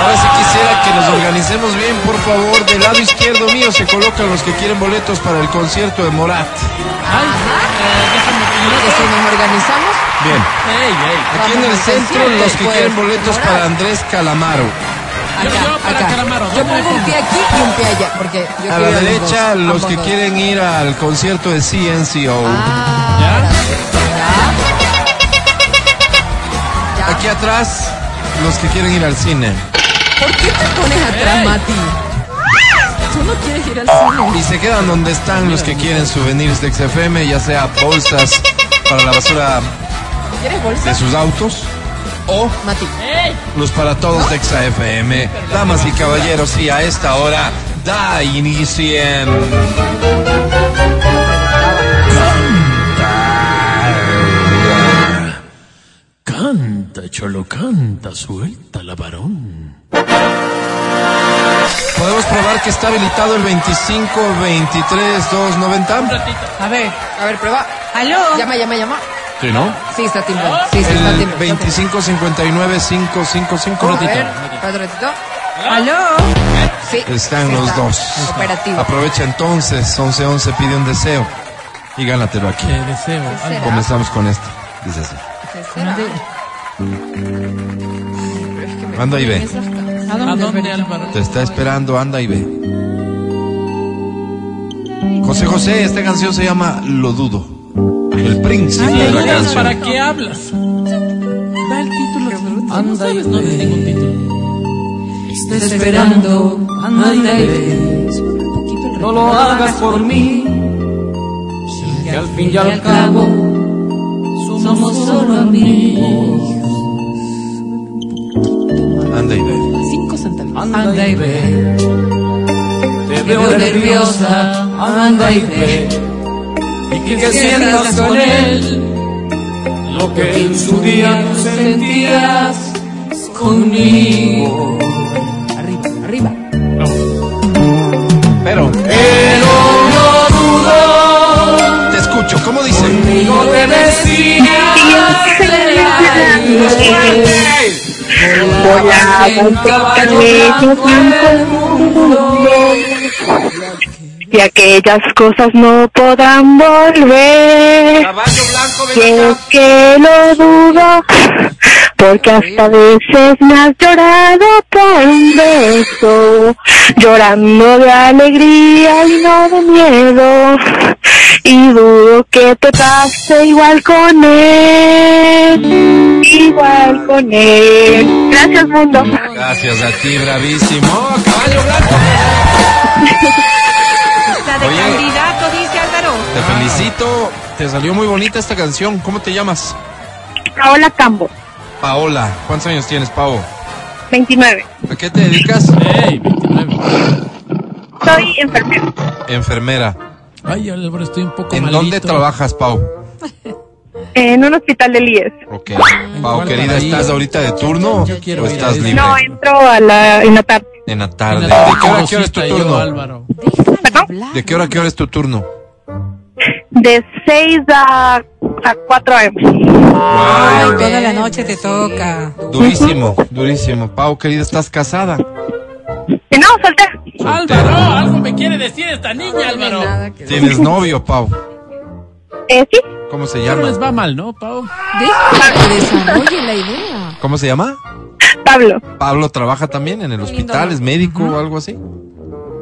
Ahora sí quisiera que nos organicemos bien, por favor. Del lado izquierdo mío se colocan los que quieren boletos para el concierto de Morat. Ay, eh, déjame primero Si decir- nos organizamos, Bien. Ey, ey. Aquí en el centro los que quieren boletos para Andrés Calamaro. Yo- acá, yo para acá. Calamaro, Yo ¿dónde pongo un pongo? pie aquí y un pie allá, porque yo A quiero la ir los derecha dos, los ambos que dos. quieren ir al concierto de CNCO. Ah, ya. Aquí atrás los que quieren ir al cine. ¿Por qué te pones atrás, Ey. Mati? Tú no quieres ir al cine. Y se quedan donde están los que quieren souvenirs de XFM, ya sea bolsas para la basura ¿Quieres de bolsa? sus autos o Mati. Ey. los para todos de XFM. Damas y caballeros, y a esta hora da inicio. en- Canta, cholo, canta, suelta la varón. Podemos probar que está habilitado el 25 23 Un 290. ratito. A ver, a ver, prueba. ¿Aló? Llama, llama, llama. ¿Sí, no? Sí, está timbrado. Sí, sí, está El timbrado. 25 59 555. A ver, otro ratito. ¿Aló? Sí. Están sí los está dos. Operativo. Aprovecha entonces, 1111 pide un deseo y gánatelo aquí. Te deseo algo. Comenzamos con este. Dice así. Tercera. Anda y ve. ¿A ¿A dónde? dónde, Álvaro? Te está esperando, anda y ve. José José, esta canción se llama Lo Dudo. El príncipe de la Dudas, canción. ¿Para qué hablas? Da el título. No sabes, no tienes ningún título. Estoy esperando, anda y ves. No lo hagas por mí, que al fin y al cabo somos solo amigos. Anda y ve. Cinco centavos. Anda y ve. Te veo nerviosa, anda y ve. Y que sientas con él lo que en su día no sentías conmigo. Arriba, arriba. Pero, eh, Pero no dudo, te escucho, ¿cómo dice? digo te decías en el aire. Voy a contestarle y aquellas cosas no podrán volver. Caballo blanco, Yo que lo dudo, porque hasta a veces me has llorado por un beso, llorando de alegría y no de miedo. Y dudo que te pase igual con él, igual con él. Gracias mundo. Gracias a ti, bravísimo. Caballo blanco. Está de Oye. candidato, dice Álvaro. Te felicito. Te salió muy bonita esta canción. ¿Cómo te llamas? Paola Cambo, Paola. ¿Cuántos años tienes, Pavo? 29. ¿A qué te dedicas? Ey, 29. Soy enfermera. Enfermera. Ay, Álvaro, estoy un poco ¿En malito. dónde trabajas, Pau? En un hospital de Líes. Ok. Pau, cuál querida, paraíso? ¿estás ahorita de turno Yo quiero o ir a estás ese. libre? No, entro a la, en la tarde. En la En tarde. la ¿De tarde qué hora, a qué hora es tu conociste a yo, turno? Álvaro. Perdón. ¿De qué hora, a qué hora es tu turno? De 6 a, a 4 a.m. Wow. Toda la noche te toca. Durísimo, durísimo. Pau, querida, ¿estás casada? Que No, soltera. Álvaro, algo me quiere decir esta niña, Álvaro. Nada que... ¿Tienes novio, Pau? Eh, sí. ¿Cómo se Pero llama? les va mal, ¿no, Pau? Deja que desarrolle la idea. ¿Cómo se llama? Pablo. Pablo trabaja también en el hospital, es médico o algo así.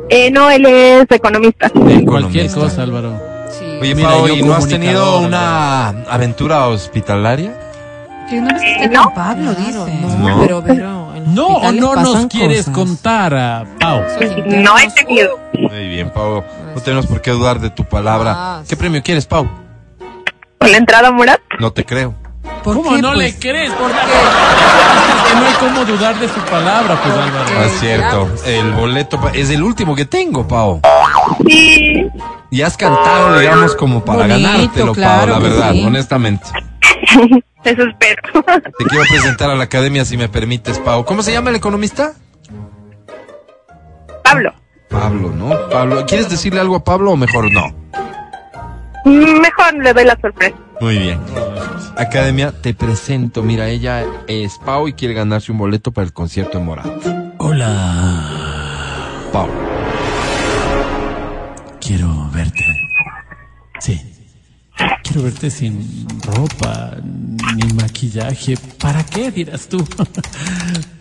Eh, no, él es economista. Cualquier Economista. cosa, Álvaro. Sí. Oye, Mira, Pau, yo ¿y no has tenido comunicador, una aventura hospitalaria? Que no les Eh, no. con Pablo, dice. No, No. pero, pero. en los No, o hospitales no nos pasan quieres cosas. contar, a Pau. Soy No he internos. tenido. Muy bien, Pau. No tenemos por qué dudar de tu Pues Ah, palabra. sí. ¿Qué premio quieres, Pau? Con la entrada a Murat. No te creo. ¿Por ¿Cómo qué, no pues? le crees? Por que no hay cómo dudar de su palabra, pues, Álvaro. Ah, es cierto. pues. El boleto pa- es el último que tengo, Pau. Sí. Y has cantado, digamos, como para Bonito, ganártelo, claro Pau, la que verdad, sí. honestamente. Eso espero. Te quiero presentar a la academia si me permites, Pau. ¿Cómo se llama el economista? Pablo. Pablo, ¿no? Pablo, ¿quieres decirle algo a Pablo o mejor no? Mm, Mejor le doy la sorpresa. Muy bien. Academia, te presento. Mira, ella es Pau y quiere ganarse un boleto para el concierto en Morat. Paula. Paula. Quiero verte. Sí. Quiero verte sin ropa ni maquillaje. ¿Para qué dirás tú?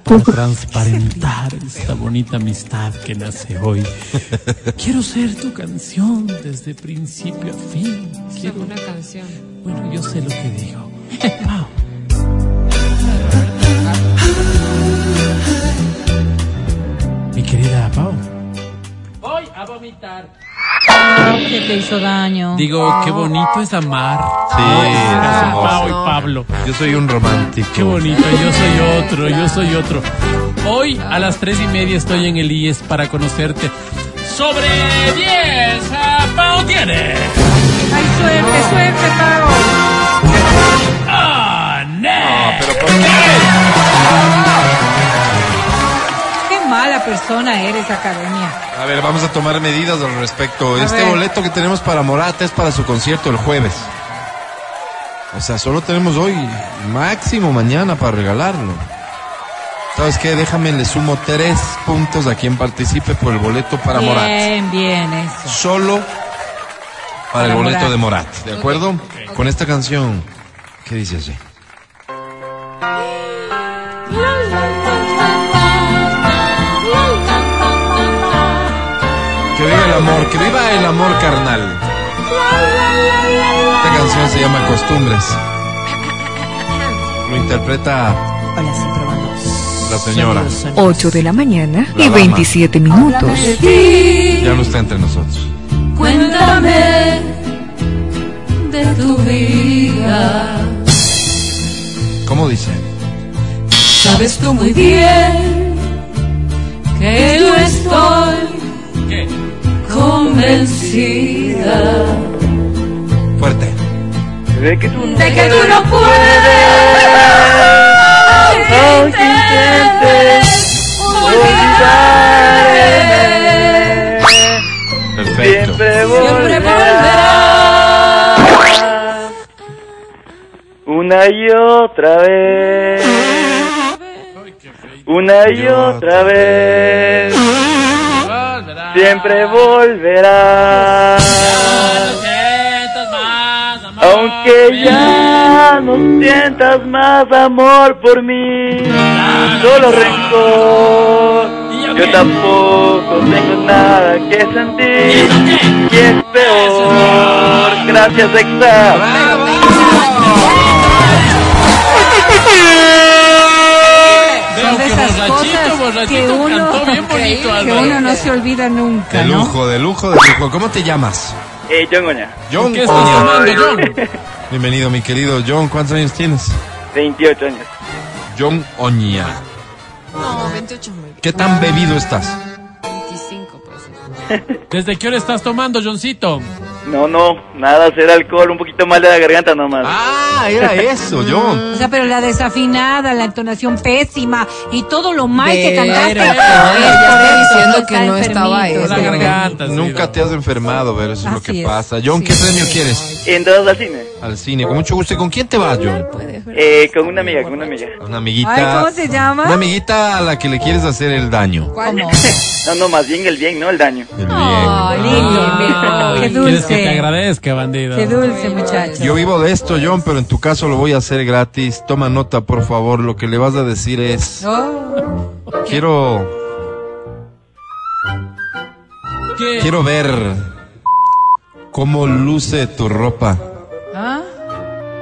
Para transparentar esta bonita amistad que nace hoy. Quiero ser tu canción desde principio a fin. Quiero... Una canción. Bueno, yo sé lo que digo. Pau. Mi querida Pau. Que te hizo daño. Digo, qué bonito es amar. Sí, Eso, hermoso. Pau y Pablo. Yo soy un romántico. Qué bonito, yo soy otro, yo soy otro. Hoy a las tres y media estoy en el IES para conocerte. Sobre 10, a Pau tiene. Ay, suerte, suerte, Pau. ¡Ah, ¡Ané! Qué mala persona eres, academia. A ver, vamos a tomar medidas al respecto. A este ver. boleto que tenemos para Morata es para su concierto el jueves. O sea, solo tenemos hoy, máximo mañana para regalarlo. ¿Sabes qué? Déjame, le sumo tres puntos a quien participe por el boleto para Morata. Bien, bien, eso. Solo para el Para boleto Morat. de Morat. ¿De acuerdo? Con esta canción, ¿qué dice así? Que viva el amor, que viva el amor carnal. Esta canción se llama Costumbres. Lo interpreta Hola, sí, probando. la señora. 8 de la mañana La y dama. 27 minutos. Ya no está entre nosotros. Cuéntame de tu vida. ¿Cómo dice? Sabes tú muy bien que yo estoy convencida Fuerte. de que tú no puedes. No intentes olvidarme. Perfecto. Siempre volverás. Una y otra vez. Una y otra vez. Siempre volverás. Aunque ya no sientas más amor por mí, solo rencor. Yo tampoco tengo nada que sentir. Y es peor. Gracias, Exacto. Veo Son de que esas borrachito, cosas que borrachito uno, cantó bien bonito, que Álvaro. uno no se olvida nunca, De ¿no? lujo, de lujo, de lujo. ¿Cómo te llamas? Eh, John Goña, John. ¿Qué estás Oña. tomando, John? Bienvenido, mi querido John. ¿Cuántos años tienes? 28 años. John Oña. No, 28 muy bien. ¿Qué tan bebido estás? 25, pues. ¿Desde qué hora estás tomando, Johncito? No, no, nada, hacer alcohol, un poquito mal de la garganta nomás. Ah, era eso, John. O sea, pero la desafinada, la entonación pésima y todo lo mal que Pero, cantaste. Pau, es por eso, ya está diciendo está que no estaba este enfermito, eso. La sí. garganta. Nunca te has enfermado, pero eso es lo Así que es. pasa. John, ¿qué Sí. premio quieres? Entradas al cine, Al cine, con mucho gusto. ¿Y con quién te vas, John? eh, con una amiga, con una amiga. A Una amiguita. Ay, ¿cómo se llama? Una amiguita a la que le quieres hacer el daño. ¿Cómo? No, no, más bien el bien, no el daño. El bien. Ay, lindo, qué ¿Quieres que te dulce. agradezca, bandido? Qué dulce, muchacho. Yo vivo de esto, John, pero en tu caso lo voy a hacer gratis. Toma nota, por favor. Lo que le vas a decir es... Oh, Quiero... ¿Qué? Quiero ver... Cómo luce tu ropa ¿ah?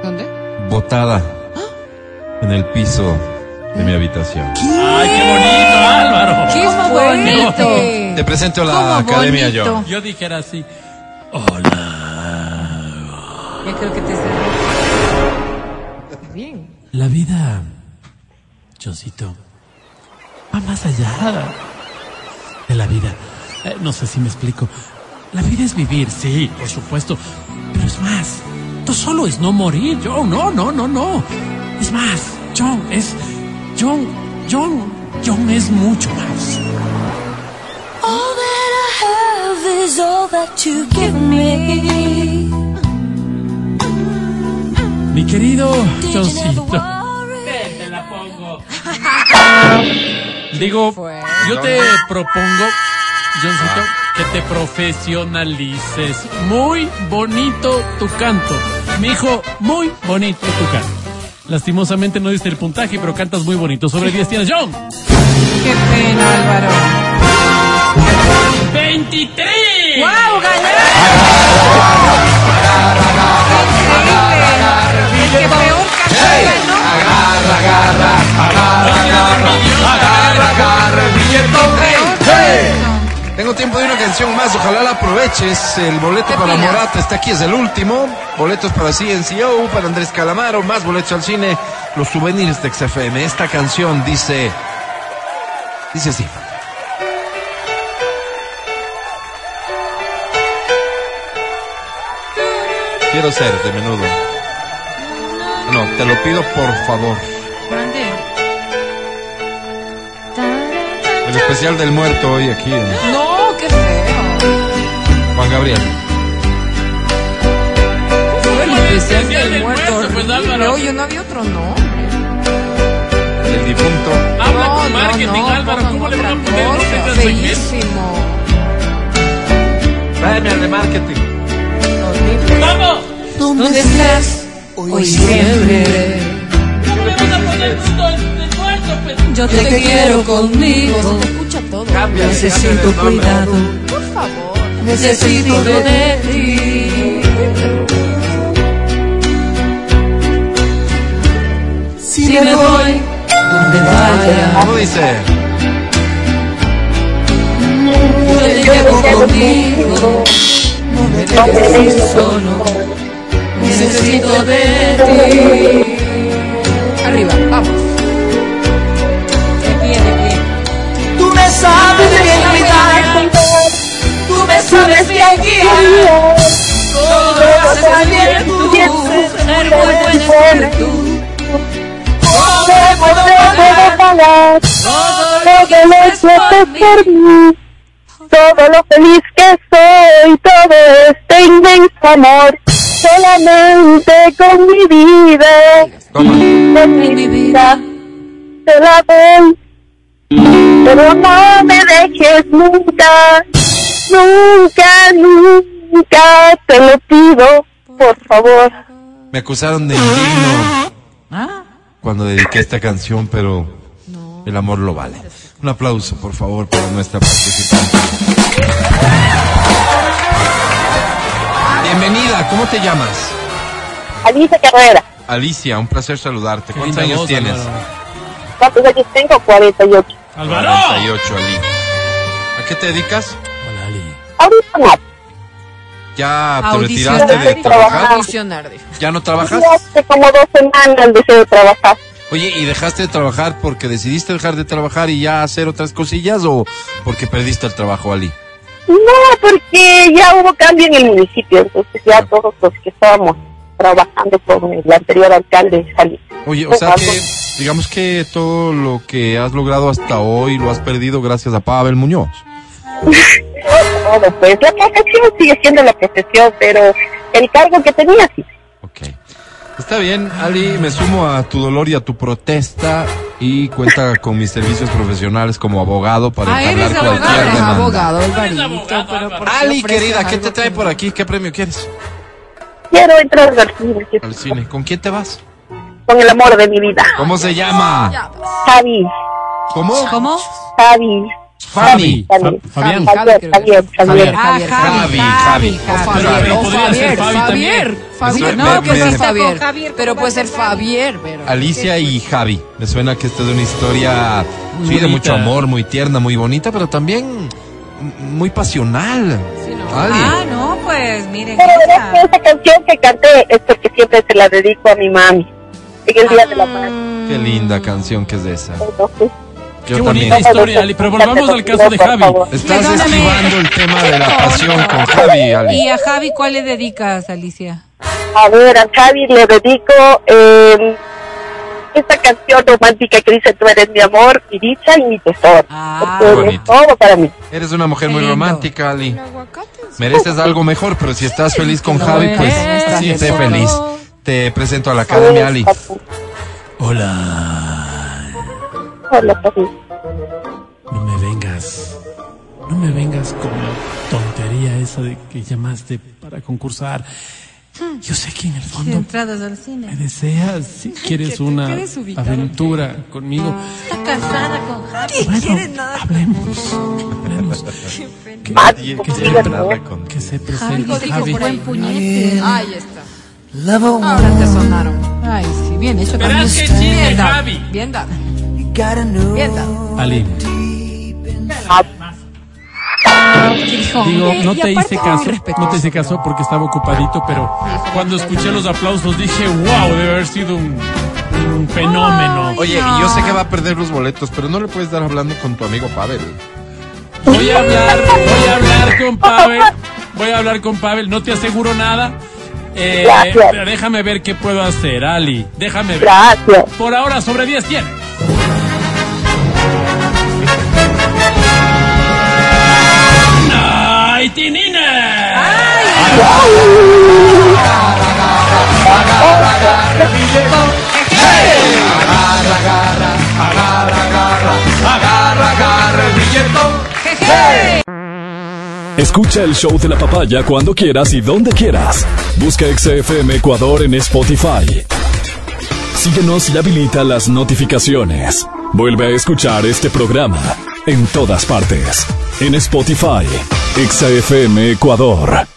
¿Dónde? botada ¿Ah? en el piso de mi habitación. ¡Ay, qué bonito, Álvaro! ¡Qué bonito! Te presento a la ¿Cómo academia, bonito? John. Yo dijera así. Ya creo que te cerré. La vida, Johncito, va más allá de la vida. Eh, no sé si me explico. La vida es vivir, sí, por supuesto. Pero es más. No solo es no morir, John. No, no, no, no. Es más, John, es. John, John, John es mucho más. All that I have is all that you give me. Mi querido Johncito. Worry. Digo, Yo te propongo, Johncito, Ah. que te profesionalices. Muy bonito tu canto. Mi hijo, muy bonito tu canto. Lastimosamente no diste el puntaje, pero cantas muy bonito. Sobre 10 tienes, John. Qué pena, Álvaro. ¡23! ¡Wow, gané! ¡Increíble! El que peor cantó ganó. Agarra, agarra, agarra, agarra, agarra, agarra el billetón. Tengo tiempo de una canción más, ojalá la aproveches. El boleto para Morata está aquí, es el último. Boletos para CNCO, para Andrés Calamaro, más boletos al cine, los souvenirs de XFM. Esta canción dice. Dice así. Quiero ser de menudo. No, te lo pido por favor. Grande. El especial del muerto hoy aquí en No, qué feo. Juan Gabriel. Fue el especial Especial del del muerto. muerto, pues, horrible. Álvaro. Oye, no había otro nombre. El difunto. Habla No, con no, marketing, no, Álvaro. pongan ¿Cómo le van a otra poner cosa. nombres a ese segmento? Feísimo. Tráeme al de marketing. Horrible. ¡Vamos! ¿Dónde estás? Hoy siempre. ¡No me vas a poner todo este muerto, pues! Yo te, quiero conmigo. Se te escucha todo. Cámbiale, cámbiale el nombre. Por favor. Necesito de, ti. Si me voy, donde vaya, ¿Cómo dice? yo te llevo conmigo. No me dejes ir solo. Necesito de ti. Arriba, vamos. De pie, de pie. Tú me sabes bien cuidar. Tú me sabes bien guiar. Todo lo haces bien tú. Ser muy buena tú. Todo me puedo pagar. pagar Todo todo lo que lo haces por que mí. por mí, todo lo feliz que soy, todo este inmenso amor, solamente con mi vida, con mi vida, te la doy, pero no me dejes nunca, nunca, nunca, te lo pido, por favor. Me acusaron de indigno cuando dediqué esta canción, pero el amor lo vale. Un aplauso, por favor, para nuestra participante. Bienvenida, ¿cómo te llamas? Alicia Carrera, Alicia, un placer saludarte. ¿Cuántos años tienes? ¿cuántos años tengo? 48. ¡Álvaro! 48, Ali. ¿A qué te dedicas? Hola, Ali. Ahorita no, ¿Ya te Audicionar retiraste de y trabajar? Funcionar, dijo. ¿Ya no trabajas? hace como dos semanas dejé de trabajar. Oye, ¿y dejaste de trabajar porque decidiste dejar de trabajar y ya hacer otras cosillas o porque perdiste el trabajo, Ali? No, porque ya hubo cambio en el municipio, entonces ya todos los que estábamos trabajando con el anterior alcalde salí. Oye, o Ah, sea que, pues- digamos que todo lo que has logrado hasta hoy lo has perdido gracias a Pavel Muñoz. Todo, pues la profesión sigue siendo la profesión, pero el cargo que tenía sí. Ok. Está bien, Ali, me sumo a tu dolor y a tu protesta y cuenta con mis servicios profesionales como abogado para Ah, entablar eres cualquier abogada. demanda. Abogado, Alvarito, abogado, pero ¿por qué Ali, ofreces querida, ¿qué algo te trae que por no? aquí? ¿Qué premio quieres? Quiero entrar al cine, que- Al cine. ¿Con quién te vas? con el amor de mi vida. ¿Cómo se Ah, llama? Javi, ¿Cómo? ¿Cómo? Javi, Fabi. Javi. Fa- Fabián. Javier, creo Javier, que Javier, Javier. es. Javier. Ah, Javi, Javi, Javi, Javi. Javi. Fabián, Fabián, o podría ser Fabier, Fabi Fabier, Fabier, Eso, no, me- que me- es Fabier, Con Javier, pero ¿cómo puede va a ser ser Fabi? Fabier, pero Alicia y Javi. Me suena que esta es una historia Muy sí, de bonita. mucho amor, muy tierna, muy bonita, pero también mm, muy pasional. Ali. Ah, no, pues miren. Pero verás que esta. esa canción que canté es porque siempre se la dedico a mi mami. En el día de la madre. Qué linda canción que es esa. Entonces, Yo Qué también. bonita historia, Ali. Pero volvamos al caso de Por Javi. favor. Estás Perdóname. esquivando el tema de la Qué pasión bonito. con Javi, Ali. ¿Y a Javi cuál le dedicas, Alicia? A ver, a Javi le dedico eh, esta canción romántica que dice Tú eres mi amor, mi dicha y mi tesoro. Ah. Porque Qué eres bonito. todo para mí. Eres una mujer Qué muy lindo. romántica, Ali. Mereces algo mejor, pero si estás feliz con no Javi, pues es, estás sí, sé solo. feliz. Te presento a la academia, Ali. Hola. Hola, papi. No me vengas No me vengas con la tontería esa de que llamaste para concursar. Yo sé que en el De fondo entradas al cine. me deseas si quieres te una quedes ubicado. aventura conmigo. Está casada con Harry. Bueno, hablemos, hablemos. Que, Nadie que se quiere pre- hablar contigo. que se Harry presente dijo Javi. buen puñete. Ahí está. Ahora te sonaron. Ay, sí, bien hecho. Verás que chiste, Javi. Bien dado. Bien dado. Ali, Dijo. digo, no te hice caso, no te respetuoso, hice caso porque estaba ocupadito, pero cuando escuché los aplausos dije, wow, debe haber sido un, un fenómeno. Oye, y yo sé que va a perder los boletos, pero no le puedes dar hablando con tu amigo Pavel. Voy a hablar, voy a hablar con Pavel. Voy a hablar con Pavel, no te aseguro nada. Eh, Gracias. pero déjame ver qué puedo hacer, Ali. Déjame ver. Gracias. Por ahora sobre 10 tiene. ¡Ay, Tinina! Escucha el show de la papaya cuando quieras y donde quieras. Busca XFM Ecuador en Spotify. Síguenos y habilita las notificaciones. Vuelve a escuchar este programa en todas partes. En Spotify, XFM Ecuador.